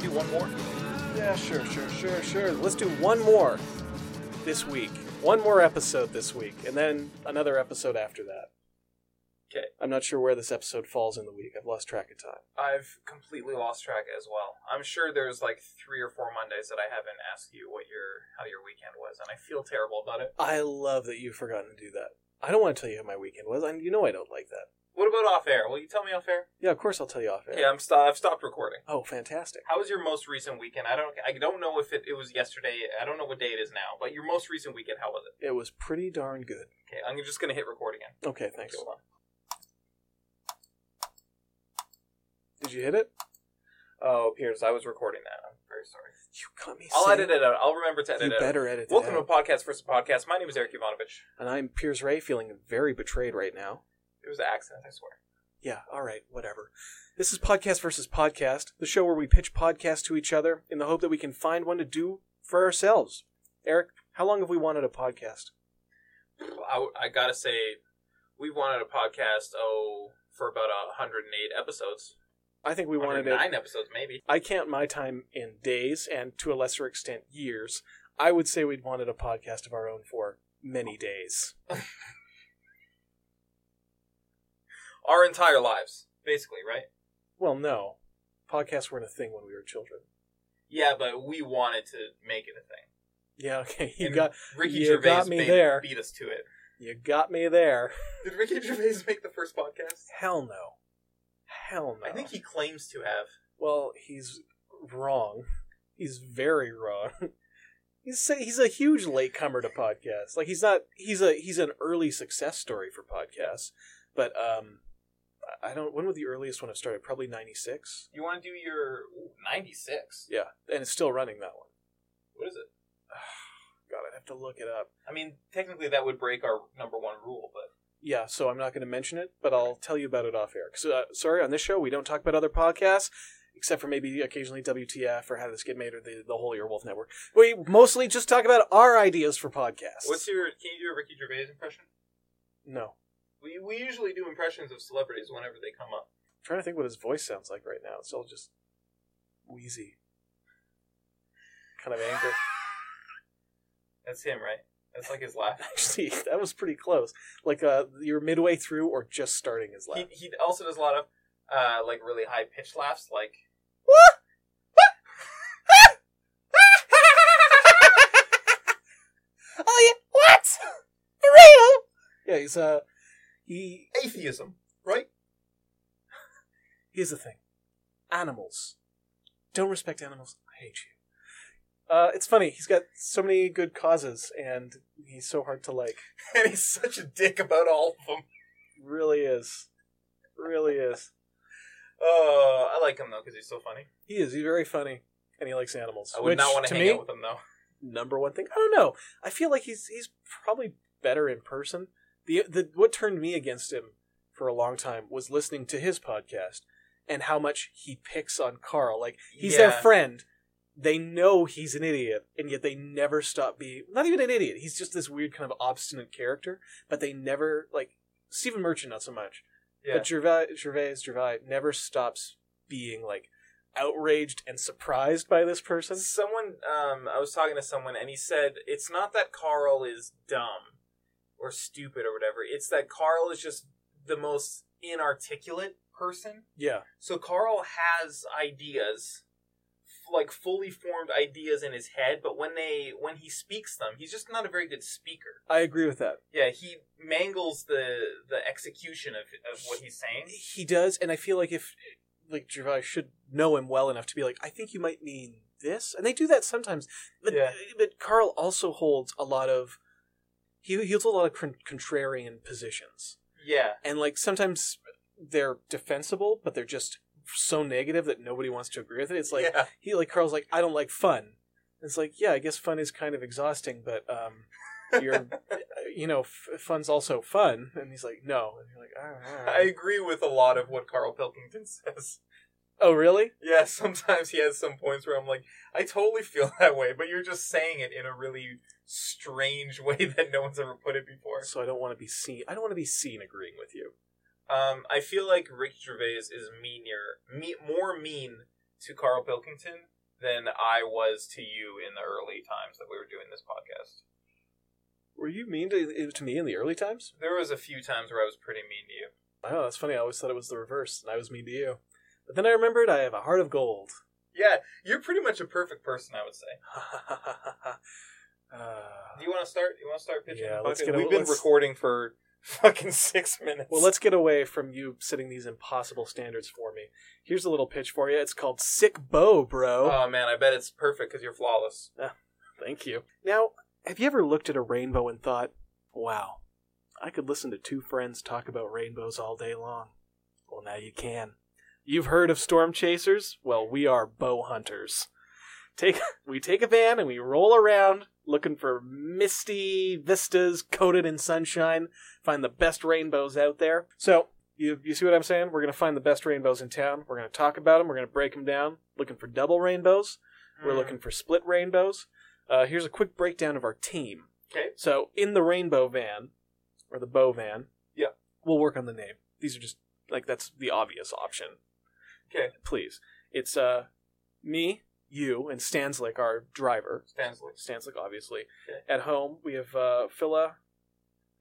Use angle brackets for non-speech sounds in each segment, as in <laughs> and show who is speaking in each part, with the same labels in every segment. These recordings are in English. Speaker 1: do one more?
Speaker 2: Yeah, sure, sure, sure, sure. Let's do one more this week. One more episode this week, and then another episode after that.
Speaker 1: 'Kay.
Speaker 2: I'm not sure where this episode falls in the week. I've lost track of time.
Speaker 1: I've completely lost track as well. I'm sure there's like three or four Mondays that I haven't asked you what your how your weekend was, and I feel terrible about it.
Speaker 2: I love that you've forgotten to do that. I don't want to tell you how my weekend was. I, you know I don't like that.
Speaker 1: What about off air? Will you tell me off air?
Speaker 2: Yeah, of course I'll tell you off air.
Speaker 1: Okay, I'm st- I've stopped recording.
Speaker 2: Oh, fantastic.
Speaker 1: How was your most recent weekend? I don't I don't know if it, it was yesterday. I don't know what day it is now, but your most recent weekend, how was it?
Speaker 2: It was pretty darn good.
Speaker 1: Okay, I'm just gonna hit record again.
Speaker 2: Okay, thanks.
Speaker 1: Hold on.
Speaker 2: Did you hit it?
Speaker 1: Oh, Piers, I was recording that. I'm very sorry.
Speaker 2: You got me.
Speaker 1: I'll
Speaker 2: saying-
Speaker 1: edit it out. I'll remember to edit
Speaker 2: You
Speaker 1: it. out.
Speaker 2: better edit it.
Speaker 1: Welcome
Speaker 2: out.
Speaker 1: to Podcast First Podcast. My name is Eric Ivanovich.
Speaker 2: And I'm Piers Ray, feeling very betrayed right now.
Speaker 1: It was an accident, I swear.
Speaker 2: Yeah, all right, whatever. This is Podcast versus Podcast, the show where we pitch podcasts to each other in the hope that we can find one to do for ourselves. Eric, how long have we wanted a podcast?
Speaker 1: I, I gotta say, we've wanted a podcast oh for about a 108 episodes.
Speaker 2: I think we wanted it.
Speaker 1: nine episodes maybe.
Speaker 2: I count my time in days and to a lesser extent years. I would say we'd wanted a podcast of our own for many days.
Speaker 1: Our entire lives, basically, right?
Speaker 2: Well, no. Podcasts weren't a thing when we were children.
Speaker 1: Yeah, but we wanted to make it a thing.
Speaker 2: Yeah, <laughs> okay. You
Speaker 1: And
Speaker 2: got
Speaker 1: Ricky
Speaker 2: you
Speaker 1: Gervais
Speaker 2: got me
Speaker 1: beat,
Speaker 2: there.
Speaker 1: beat us to it.
Speaker 2: you got me there.
Speaker 1: Did Ricky Gervais make the first podcast?
Speaker 2: Hell no. Hell no.
Speaker 1: I think he claims to have.
Speaker 2: Well, he's wrong. He's very wrong. <laughs> He's a, he's a huge latecomer to podcasts. Like he's not he's a he's an early success story for podcasts. But um I I don't when would the earliest one have started? Probably 96.
Speaker 1: You want to do your ooh, 96?
Speaker 2: Yeah, and it's still running that one.
Speaker 1: What is it?
Speaker 2: God, I'd have to look it up.
Speaker 1: I mean, technically that would break our number one rule, but
Speaker 2: Yeah, so I'm not going to mention it, but I'll tell you about it off air. 'Cause, uh, sorry, on this show we don't talk about other podcasts, except for maybe occasionally WTF or How Did This Get Made or the, the whole Earwolf Network. We mostly just talk about our ideas for podcasts.
Speaker 1: what's your? Can you do a Ricky Gervais impression?
Speaker 2: No, I'm
Speaker 1: We we usually do impressions of celebrities whenever they come up.
Speaker 2: trying to think what his voice sounds like right now. It's all just wheezy, kind of angry.
Speaker 1: That's him, right? That's like his <laughs>
Speaker 2: <laughs>
Speaker 1: laugh.
Speaker 2: Actually, that was pretty close. Like uh, you're midway through or just starting his
Speaker 1: he
Speaker 2: laugh.
Speaker 1: he also does a lot of uh like really high pitched laughs, like
Speaker 2: <laughs> oh yeah, what? For real? Yeah, he's uh, he
Speaker 1: atheism, right?
Speaker 2: Here's the thing animals. Don't respect animals. I hate you. Uh, it's funny. He's got so many good causes, and he's so hard to like.
Speaker 1: <laughs> And he's such a dick about all of them.
Speaker 2: Really is. Really is.
Speaker 1: Oh, I like him though because he's so funny.
Speaker 2: He is. He's very funny, and he likes animals.
Speaker 1: I would
Speaker 2: which,
Speaker 1: not want to
Speaker 2: to
Speaker 1: hang
Speaker 2: me,
Speaker 1: out with him though.
Speaker 2: number one thing. I don't know. I feel like he's he's probably better in person. The the what turned me against him for a long time was listening to his podcast and how much he picks on Carl. Like he's their
Speaker 1: Yeah.
Speaker 2: friend. They know he's an idiot, and yet they never stop being not even an idiot. He's just this weird kind of obstinate character, but they never like Stephen Merchant not so much.
Speaker 1: Yeah.
Speaker 2: But Gervais, Gervais Gervais never stops being like outraged and surprised by this person.
Speaker 1: Someone, um, I was talking to someone, and he said it's not that Carl is dumb or stupid or whatever. It's that Carl is just the most inarticulate person.
Speaker 2: Yeah.
Speaker 1: So Carl has ideas, f- like fully formed ideas in his head, but when they when he speaks them, he's just not a very good speaker.
Speaker 2: I agree with that.
Speaker 1: Yeah, he mangles the the execution of of what he's saying.
Speaker 2: He does, and I feel like if like Gervais should know him well enough to be like, I think you might mean this, and they do that sometimes. But
Speaker 1: Yeah.
Speaker 2: but Carl also holds a lot of he he holds a lot of con- contrarian positions,
Speaker 1: Yeah,
Speaker 2: and like sometimes they're defensible, but they're just so negative that nobody wants to agree with it. It's like
Speaker 1: yeah.
Speaker 2: he like Carl's like, I don't like fun. It's like, yeah, I guess fun is kind of exhausting, but um,
Speaker 1: <laughs>
Speaker 2: you're you know, f- fun's also fun, and he's like, no, and you're like, all right, all right.
Speaker 1: I agree with a lot of what Carl Pilkington <laughs> says.
Speaker 2: Oh, really?
Speaker 1: Yeah, sometimes he has some points where I'm like, I totally feel <laughs> that way, but you're just saying it in a really strange <laughs> way that no one's ever put it before.
Speaker 2: So I don't want to be seen. I don't want to be seen agreeing with you.
Speaker 1: Um, I feel like Ricky Gervais is meaner, me, more mean to Carl Pilkington than I was to you in the early times that we were doing this podcast.
Speaker 2: Were you mean to, eh, to me in the early times?
Speaker 1: There was a few times where I was pretty mean to you.
Speaker 2: Oh, that's funny. I always thought it was the reverse, and I was mean to you. But then I remembered I have a heart of gold. <laughs>
Speaker 1: Yeah, you're pretty much a perfect person, I would say.
Speaker 2: Uh,
Speaker 1: Do you want to start? You want to start pitching?
Speaker 2: Yeah,
Speaker 1: the
Speaker 2: let's
Speaker 1: podcast?
Speaker 2: get a-
Speaker 1: We've been
Speaker 2: let's-
Speaker 1: recording for <laughs> fucking six minutes.
Speaker 2: Well, let's get away from you setting these impossible standards for me. Here's a little pitch for you. It's called Sick Bow, bro.
Speaker 1: Oh man, I bet it's perfect because you're flawless.
Speaker 2: Thank you. Now, have you ever looked at a rainbow and thought, wow, I could listen to two friends talk about rainbows all day long? Well, now you can. You've heard of storm chasers? Well, we are bow hunters. Take, <laughs> we take a van and we roll around looking for misty vistas coated in sunshine, find the best rainbows out there. So, you, you see what I'm saying? We're going to find the best rainbows in town. We're going to talk about them. We're going to break them down. Looking for double rainbows. We're
Speaker 1: Hmm.
Speaker 2: looking for split rainbows. Uh, here's a quick breakdown of our team.
Speaker 1: Okay.
Speaker 2: So in the rainbow van, or the bow van.
Speaker 1: Yeah.
Speaker 2: We'll work on the name. These are just like that's the obvious option.
Speaker 1: Okay.
Speaker 2: Please, it's uh, me, you, and Stanslick, our driver.
Speaker 1: Stansley.
Speaker 2: Stanslick, obviously.
Speaker 1: Okay.
Speaker 2: At home, we have uh, Phila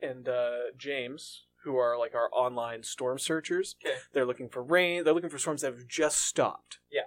Speaker 2: and uh, James, who are like our online storm searchers.
Speaker 1: Okay.
Speaker 2: They're looking for rain. They're looking for storms that have just stopped.
Speaker 1: Yeah.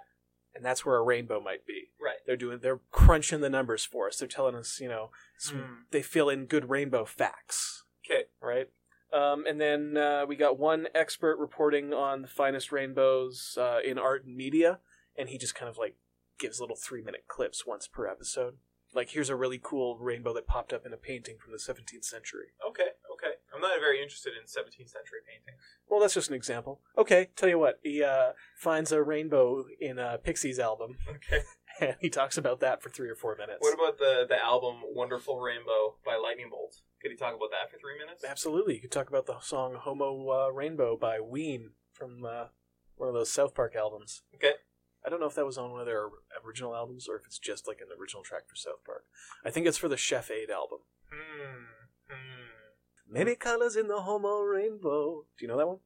Speaker 2: And that's where a rainbow might be
Speaker 1: Right.
Speaker 2: they're doing they're crunching the numbers for us they're telling us you know some,
Speaker 1: Hmm.
Speaker 2: they fill in good rainbow facts
Speaker 1: Okay.
Speaker 2: right um, and then uh, we got one expert reporting on the finest rainbows uh, in art and media and he just kind of like gives little three minute clips once per episode like here's a really cool rainbow that popped up in a painting from the 17th century
Speaker 1: Okay. Okay. I'm not very interested in 17th century painting. <laughs>
Speaker 2: well that's just an example okay tell you what he uh, finds a rainbow in a pixies album <laughs>
Speaker 1: Okay.
Speaker 2: and he talks about that for three or four minutes
Speaker 1: What about the the album "Wonderful Rainbow" by Lightning Bolt? Could you talk about that for three minutes?
Speaker 2: Absolutely. You could talk about the song Homo uh, Rainbow by Ween from uh, one of those South Park albums.
Speaker 1: Okay.
Speaker 2: I don't know if that was on one of their original albums or if it's just like an original track for South Park. I think it's for the Chef Aid album.
Speaker 1: Hmm. Hmm.
Speaker 2: Many colors in the Homo Rainbow. Do you know that one?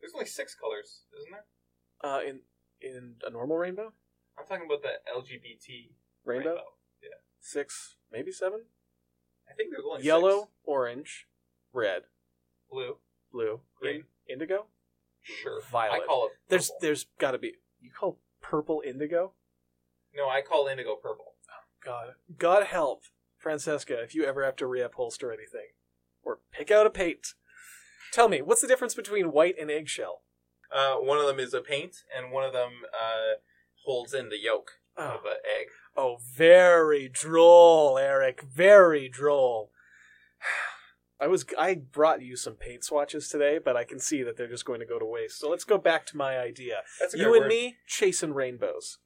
Speaker 1: There's only six colors, isn't there?
Speaker 2: Uh, in in a normal rainbow?
Speaker 1: I'm talking about the LGBT
Speaker 2: Rainbow?
Speaker 1: rainbow.
Speaker 2: Six, maybe seven?
Speaker 1: I think there's only
Speaker 2: Yellow,
Speaker 1: six.
Speaker 2: orange, red,
Speaker 1: blue.
Speaker 2: blue, green, indigo.
Speaker 1: Sure.
Speaker 2: Violet.
Speaker 1: I call it.
Speaker 2: There's
Speaker 1: purple.
Speaker 2: there's got to be. You call purple indigo?
Speaker 1: no. I call indigo purple.
Speaker 2: God, God help Francesca if you ever have to reupholster anything or pick out a paint. Tell me, what's the difference between white and eggshell?
Speaker 1: Uh, one of them is a paint, and one of them uh, holds in the yolk
Speaker 2: Oh,
Speaker 1: of an egg.
Speaker 2: oh, very droll, Eric. Very droll. <sighs> I was I brought you some paint swatches today, but I can see that they're just going to go to waste. So let's go back to my idea.
Speaker 1: That's
Speaker 2: you and me chasing rainbows.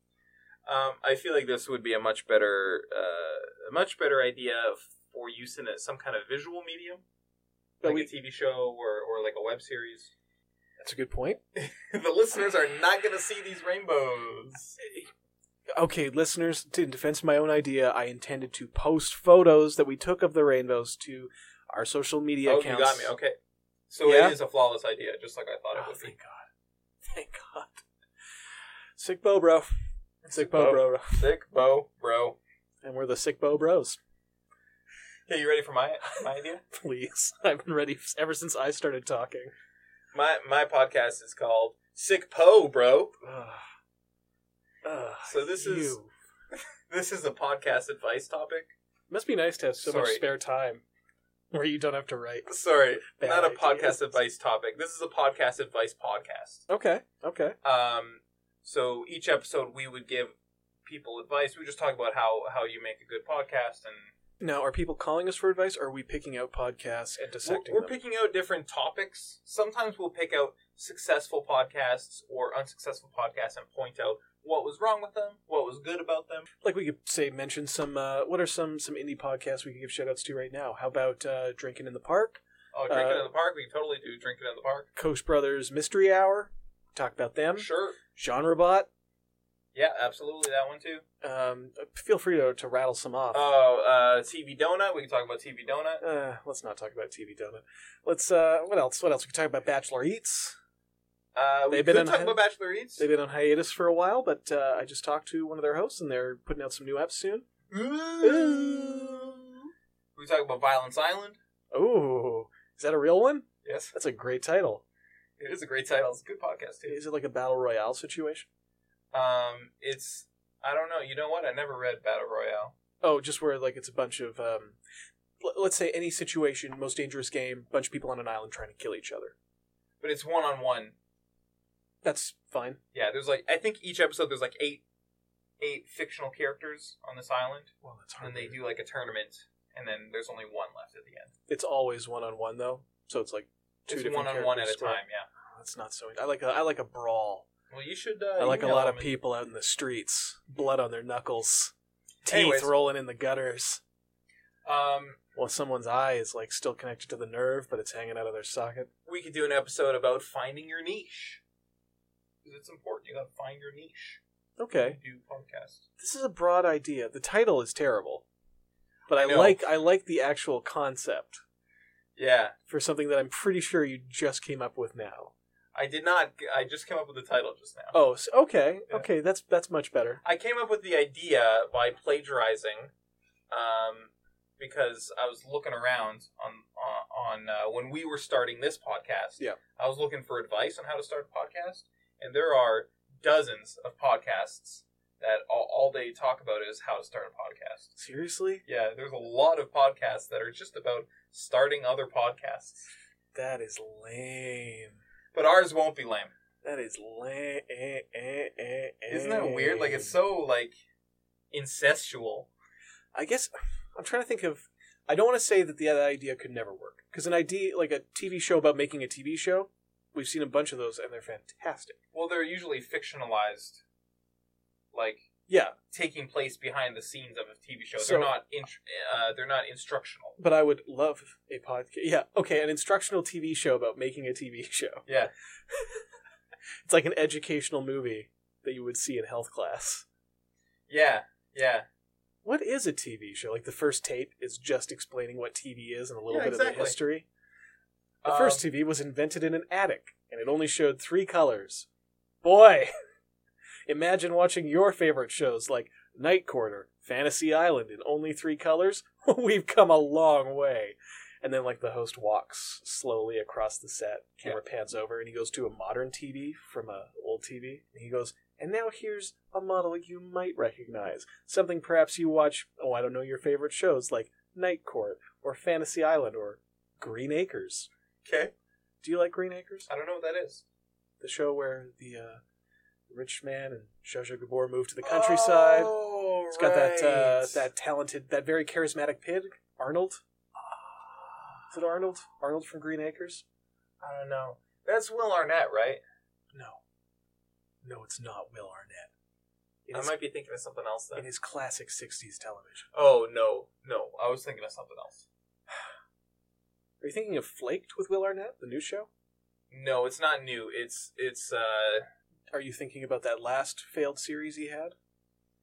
Speaker 1: Um, I feel like this would be a much better, uh, a much better idea for use in a, some kind of visual medium,
Speaker 2: But
Speaker 1: like
Speaker 2: we-
Speaker 1: a TV show or, or like a web series.
Speaker 2: That's a good point.
Speaker 1: <laughs> the listeners are not going to see these rainbows.
Speaker 2: okay, listeners, in defense of my own idea, I intended to post photos that we took of the rainbows to our social media
Speaker 1: oh,
Speaker 2: accounts.
Speaker 1: you got me. Okay, so
Speaker 2: Yeah?
Speaker 1: it is a flawless idea, just like I thought it
Speaker 2: Oh,
Speaker 1: would be.
Speaker 2: thank God. Thank God. <laughs> Sick Bo Bro. Sick Bo Bro.
Speaker 1: Sick bow, bro.
Speaker 2: And we're the Sick Bo Bros. <laughs>
Speaker 1: Okay, you ready for my my idea?
Speaker 2: Please. <laughs> I've been ready ever since I started talking.
Speaker 1: <laughs> My my podcast is called Sick Poe, bro.
Speaker 2: Ugh. Ugh,
Speaker 1: So this is-
Speaker 2: you.
Speaker 1: This is a podcast advice topic.
Speaker 2: Must be nice to have so much
Speaker 1: Sorry.
Speaker 2: spare time where you don't have to write.
Speaker 1: Sorry,
Speaker 2: Bad
Speaker 1: not a
Speaker 2: idea.
Speaker 1: podcast advice topic. This is a podcast advice podcast.
Speaker 2: Okay, okay.
Speaker 1: Um, so each episode we would give people advice. We just talk about how how you make a good podcast, and
Speaker 2: Now, are people calling us for advice, or are we picking out podcasts and dissecting
Speaker 1: we're, we're
Speaker 2: them?
Speaker 1: picking out different topics. Sometimes we'll pick out successful podcasts or unsuccessful podcasts and point out what was wrong with them, what was good about them.
Speaker 2: like we could say mention some uh, what are some some indie podcasts we could give shout outs to right now how about uh, drinking in the park
Speaker 1: Oh, drinking
Speaker 2: Uh,
Speaker 1: in the park. We can totally do drinking in the park.
Speaker 2: coach brothers mystery hour talk about them
Speaker 1: Sure.
Speaker 2: genre bot
Speaker 1: Yeah, absolutely. That one too.
Speaker 2: um, feel free to, to rattle some off
Speaker 1: Oh, uh, TV Donut. We can talk about TV Donut.
Speaker 2: Uh, let's not talk about tv donut let's uh, what else what else we could talk about bachelor eats
Speaker 1: Uh, we
Speaker 2: They've been
Speaker 1: could
Speaker 2: in
Speaker 1: talk
Speaker 2: hi-
Speaker 1: about Bachelorettes.
Speaker 2: They've been on hiatus for a while, but uh, I just talked to one of their hosts, and they're putting out some new apps soon.
Speaker 1: Ooh. We talk about Violence Island.
Speaker 2: Oh, is that a real one?
Speaker 1: Yes,
Speaker 2: That's a great title.
Speaker 1: it is a great title. It's a good podcast too.
Speaker 2: Is it like a battle royale situation?
Speaker 1: Um, it's I don't know. You know what? I never read Battle Royale.
Speaker 2: Oh, just where like it's a bunch of um, l- let's say any situation, most dangerous game, bunch of people on an island trying to kill each other.
Speaker 1: but it's one on one.
Speaker 2: That's fine.
Speaker 1: Yeah, there's like I think each episode there's like eight eight fictional characters on this island,
Speaker 2: Well, that's
Speaker 1: and they do like a tournament, and then there's only one left at the end.
Speaker 2: It's always one on one though, so it's like two
Speaker 1: It's
Speaker 2: different
Speaker 1: one on one at a
Speaker 2: characters square.
Speaker 1: time. Yeah.
Speaker 2: That's not so. I like a, I like a brawl.
Speaker 1: Well, you should. Uh,
Speaker 2: I like a
Speaker 1: email
Speaker 2: lot
Speaker 1: them
Speaker 2: of
Speaker 1: and-
Speaker 2: people out in the streets, blood on their knuckles, teeth
Speaker 1: Anyways.
Speaker 2: rolling in the gutters.
Speaker 1: Um,
Speaker 2: Well, someone's eye is like still connected to the nerve, but it's hanging out of their socket.
Speaker 1: we could do an episode about finding your niche. 'Cause It's important. You got to find your niche.
Speaker 2: Okay,
Speaker 1: Do podcasts.
Speaker 2: this is a broad idea. The title is terrible, but I,
Speaker 1: I know.
Speaker 2: like I like the actual concept
Speaker 1: Yeah,
Speaker 2: for something that I'm pretty sure you just came up with now.
Speaker 1: I did not. I just came up with the title just now.
Speaker 2: Oh, so, okay,
Speaker 1: Yeah.
Speaker 2: okay, that's that's much better.
Speaker 1: I came up with the idea by plagiarizing, um, because I was looking around on on uh, when we were starting this podcast.
Speaker 2: Yeah.
Speaker 1: I was looking for advice on how to start a podcast, and there are dozens of podcasts that all, all they talk about is how to start a podcast.
Speaker 2: Seriously,
Speaker 1: Yeah, there's a lot of podcasts that are just about starting other podcasts,
Speaker 2: that is lame.
Speaker 1: but ours won't be lame.
Speaker 2: That is lame.
Speaker 1: Isn't that weird? Like it's so like incestual.
Speaker 2: I guess I'm trying to think of. I don't want to say that the other idea could never work because an idea like a TV show about making a TV show, we've seen a bunch of those and they're fantastic.
Speaker 1: Well, they're usually fictionalized, like
Speaker 2: Yeah,
Speaker 1: taking place behind the scenes of a TV show.
Speaker 2: So-
Speaker 1: they're not in, uh, they're not instructional.
Speaker 2: but I would love a podcast. Yeah, okay, an instructional TV show about making a TV <laughs> show.
Speaker 1: Yeah,
Speaker 2: It's like an educational movie that you would see in health class.
Speaker 1: yeah, yeah.
Speaker 2: What is a TV show? Like the first tape is just explaining what TV is and a little
Speaker 1: Yeah,
Speaker 2: bit of the
Speaker 1: exactly.
Speaker 2: history. The
Speaker 1: Um,
Speaker 2: first TV was invented in an attic, and it only showed three colors. Boy! <laughs> Imagine watching your favorite shows like Night Quarter, Fantasy Island in only three colors. <laughs> We've come a long way. And then, like, the host walks slowly across the set, camera pans over, and he goes to a modern TV from a old TV, and he goes, and now here's a model you might recognize. Something perhaps you watch, oh, I don't know, your favorite shows like Night Court or Fantasy Island or Green Acres.
Speaker 1: okay,
Speaker 2: Do you like Green Acres?
Speaker 1: I don't know what that is.
Speaker 2: The show where the uh, rich man and Zsa Zsa Gabor move to the countryside.
Speaker 1: Oh,
Speaker 2: it's got that uh,
Speaker 1: right.
Speaker 2: that talented, that very charismatic pig, Arnold. Is it Arnold? Arnold from Green Acres?
Speaker 1: I don't know. That's Will Arnett, right?
Speaker 2: No, no, it's not Will Arnett. It
Speaker 1: I
Speaker 2: is,
Speaker 1: might be thinking of something else
Speaker 2: it
Speaker 1: then.
Speaker 2: is classic '60s television.
Speaker 1: Oh no, no, I was thinking of something else.
Speaker 2: Are you thinking of Flaked with Will Arnett, the new show?
Speaker 1: No, it's not new. It's it's uh
Speaker 2: Are you thinking about that last failed series he had,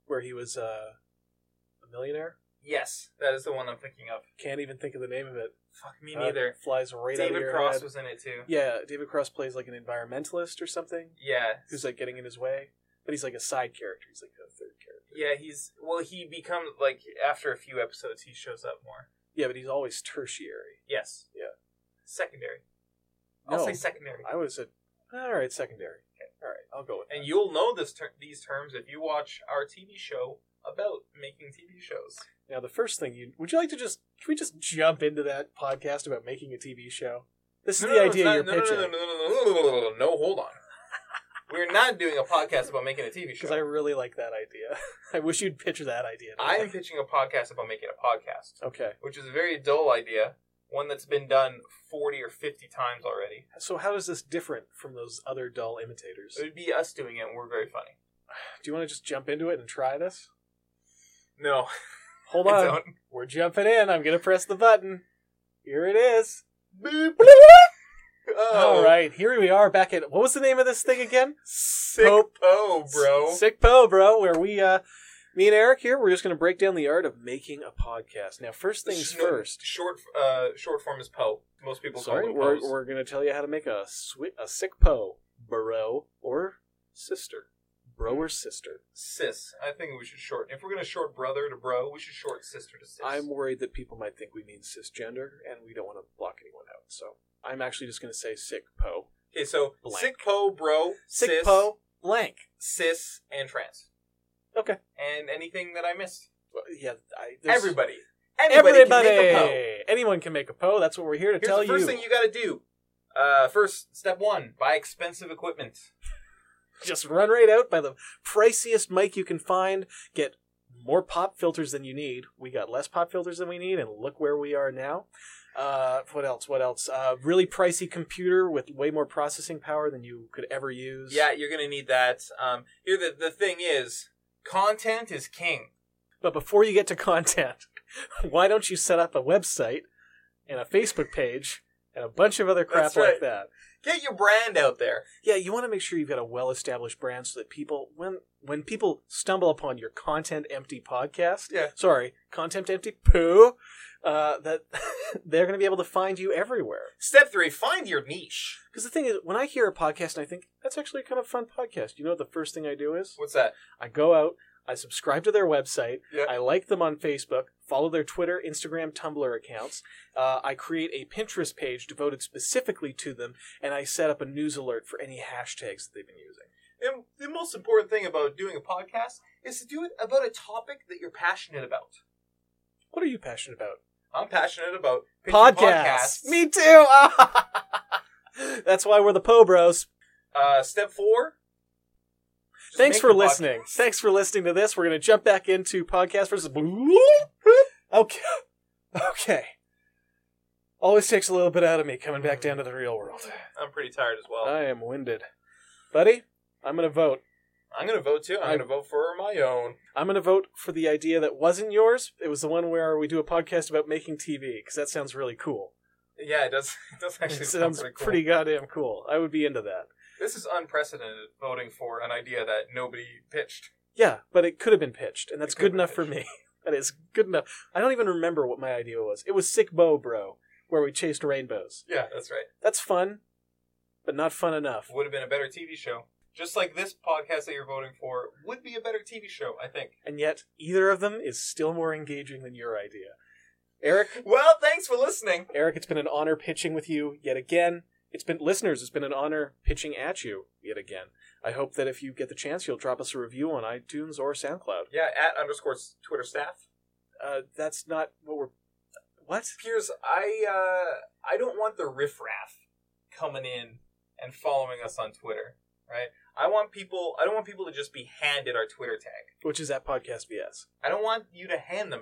Speaker 2: where he was uh, a millionaire?
Speaker 1: yes, that is the one I'm thinking of.
Speaker 2: Can't even think of the name of it.
Speaker 1: Fuck me
Speaker 2: Uh,
Speaker 1: neither.
Speaker 2: flies right out of
Speaker 1: David
Speaker 2: your
Speaker 1: Cross
Speaker 2: head.
Speaker 1: was in it too.
Speaker 2: Yeah, David Cross plays like an environmentalist or something
Speaker 1: Yeah,
Speaker 2: who's like getting in his way, but he's like a side character. He's like a third character.
Speaker 1: Yeah, he's well. He becomes like after a few episodes, he shows up more.
Speaker 2: Yeah, but he's always tertiary.
Speaker 1: Yes.
Speaker 2: Yeah.
Speaker 1: Secondary. I'll
Speaker 2: No.
Speaker 1: say secondary.
Speaker 2: I was a all right secondary. All right, I'll go with
Speaker 1: And
Speaker 2: that.
Speaker 1: you'll know this ter- these terms if you watch our TV show about making TV shows.
Speaker 2: Now, the first thing you would you like to just can we just jump into that podcast about making a TV show? This is the idea
Speaker 1: it's
Speaker 2: you're
Speaker 1: not-
Speaker 2: pitching
Speaker 1: No, no, no, no, no, no, no, no, no, no, no, hold on. We're not doing a podcast about making a TV
Speaker 2: because I
Speaker 1: show.
Speaker 2: really like that idea. <laughs> I wish you'd pitch that idea. to me.
Speaker 1: I am pitching a podcast about making a podcast,
Speaker 2: okay.
Speaker 1: which is a very dull idea, one that's been done 40 or 50 times already.
Speaker 2: So how is this different from those other dull imitators?
Speaker 1: It would be us doing it, and we're very funny.
Speaker 2: Do you want to just jump into it and try this?
Speaker 1: No.
Speaker 2: Hold
Speaker 1: I
Speaker 2: on.
Speaker 1: don't.
Speaker 2: We're jumping in. I'm gonna press the button. Here it is.
Speaker 1: Oh.
Speaker 2: All right, here we are back at what was the name of this thing again?
Speaker 1: Sick
Speaker 2: Pope.
Speaker 1: oh, bro.
Speaker 2: Sick Poe, bro. Where we, uh, me and Eric here, we're just gonna break down the art of making a podcast. Now, first things
Speaker 1: Sh- no,
Speaker 2: first.
Speaker 1: Short uh short form is Poe. Most people
Speaker 2: Sorry,
Speaker 1: call them
Speaker 2: we're,
Speaker 1: Poes.
Speaker 2: we're gonna tell you how to make a swi a sick Poe. bro or sister. Bro or sister.
Speaker 3: Sis. I think we should short. If we're gonna short brother to bro, we should short sister to sis.
Speaker 2: I'm worried that people might think we mean cisgender, and we don't want to block anyone out. So I'm actually just going to say sick po,
Speaker 1: Okay, so
Speaker 2: Blank.
Speaker 1: sick po, bro,
Speaker 2: sick
Speaker 1: cis,
Speaker 2: po blank.
Speaker 1: cis, and trans,
Speaker 2: Okay.
Speaker 1: and anything that I missed.
Speaker 2: Well, yeah, I, there's-
Speaker 1: Everybody,
Speaker 2: everybody,
Speaker 1: anybody can make a po.
Speaker 2: anyone can make a po. That's what we're here to
Speaker 1: Here's
Speaker 2: tell
Speaker 1: the first
Speaker 2: you.
Speaker 1: thing you got to do. Uh, first step one: buy expensive equipment.
Speaker 2: Just run right out by the priciest mic you can find. Get more pop filters than you need. We got less pop filters than we need, and look where we are now. Uh, what else? What else? Uh, really pricey computer with way more processing power than you could ever use.
Speaker 1: Yeah, you're gonna need that. Um, here the the thing is, content is king.
Speaker 2: But before you get to content, <laughs> why don't you set up a website and a Facebook page and a bunch of other crap
Speaker 1: That's right.
Speaker 2: like that?
Speaker 1: Get your brand out there.
Speaker 2: Yeah, you want to make sure you've got a well-established brand so that people when when people stumble upon your content empty podcast,
Speaker 1: Yeah.
Speaker 2: sorry, content empty poo, uh, that <laughs> they're going to be able to find you everywhere.
Speaker 1: Step three: find your niche.
Speaker 2: Because the thing is, when I hear a podcast and I think that's actually kind of a fun podcast, you know, what the first thing I do is
Speaker 1: What's that?
Speaker 2: I go out, I subscribe to their website,
Speaker 3: Yeah.
Speaker 2: I like them on Facebook, follow their Twitter, Instagram, Tumblr accounts. Uh, I create a Pinterest page devoted specifically to them, and I set up a news alert for any hashtags that they've been using.
Speaker 1: And the most important thing about doing a podcast is to do it about a topic that you're passionate about.
Speaker 2: What are you passionate about?
Speaker 1: I'm passionate about pitching
Speaker 2: Podcasts. Me too. <laughs> That's why we're the Po Bros.
Speaker 1: Uh, step four. just
Speaker 2: Thanks
Speaker 1: make
Speaker 2: for
Speaker 1: the
Speaker 2: listening.
Speaker 1: podcast.
Speaker 2: Thanks for listening to this. We're going to jump back into podcast versus. Okay. Okay. Always takes a little bit out of me coming back down to the real world.
Speaker 1: I'm pretty tired as well.
Speaker 2: I am winded. Buddy, I'm going to vote.
Speaker 1: I'm gonna vote too. I'm
Speaker 2: I-
Speaker 1: gonna vote for my own.
Speaker 2: I'm going to vote for the idea that wasn't yours. It was the one where we do a podcast about making TV, because that sounds really cool.
Speaker 1: Yeah, it does. <laughs> It does actually
Speaker 2: It
Speaker 1: sound
Speaker 2: sounds
Speaker 1: pretty cool.
Speaker 2: pretty goddamn cool. I would be into that.
Speaker 3: This is unprecedented voting for an idea that nobody pitched.
Speaker 2: Yeah, but it could have been pitched, and that's
Speaker 3: It could have
Speaker 2: good
Speaker 3: been
Speaker 2: enough for me. <laughs> That is good enough. I don't even remember what my idea was. It was Sick Bow Bro, where we chased rainbows.
Speaker 3: Yeah.
Speaker 1: That's right.
Speaker 2: That's fun, but not fun enough.
Speaker 3: Would have been a better TV show. Just like this podcast that you're voting for would be a better TV show, I think.
Speaker 2: And yet, either of them is still more engaging than your idea. Eric,
Speaker 1: Well, thanks for listening.
Speaker 2: Eric, it's been an honor pitching with you yet again. It's been listeners, it's been an honor pitching at you yet again. I hope that if you get the chance, you'll drop us a review on iTunes or SoundCloud.
Speaker 1: Yeah, at underscore s- Twitter staff.
Speaker 2: Uh, that's not what we're. What?
Speaker 1: Piers, I uh, I don't want the riffraff coming in and following us on Twitter, right? I want people. I don't want people to just be handed our Twitter tag.
Speaker 2: Which is at Podcast VS.
Speaker 1: I don't want you to hand them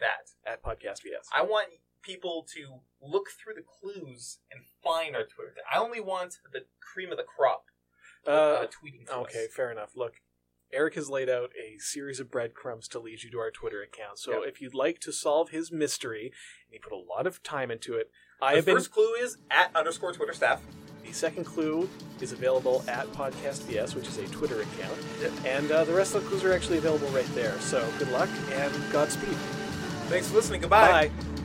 Speaker 1: that.
Speaker 2: At Podcast VS.
Speaker 1: I want people to look through the clues and find our Twitter tag. I only want the cream of the crop uh,
Speaker 2: Uh,
Speaker 1: tweeting. To
Speaker 2: okay,
Speaker 1: us.
Speaker 2: fair enough. Look, Eric has laid out a series of breadcrumbs to lead you to our Twitter account. So if you'd like to solve his mystery, and he put a lot of time into it, I
Speaker 1: The
Speaker 2: have been.
Speaker 1: first clue is at underscore Twitter staff.
Speaker 2: <laughs> The second clue is available at Podcast VS, which is a Twitter account, and uh, the rest of the clues are actually available right there. So good luck and Godspeed.
Speaker 1: Thanks for listening. Goodbye.
Speaker 2: Bye.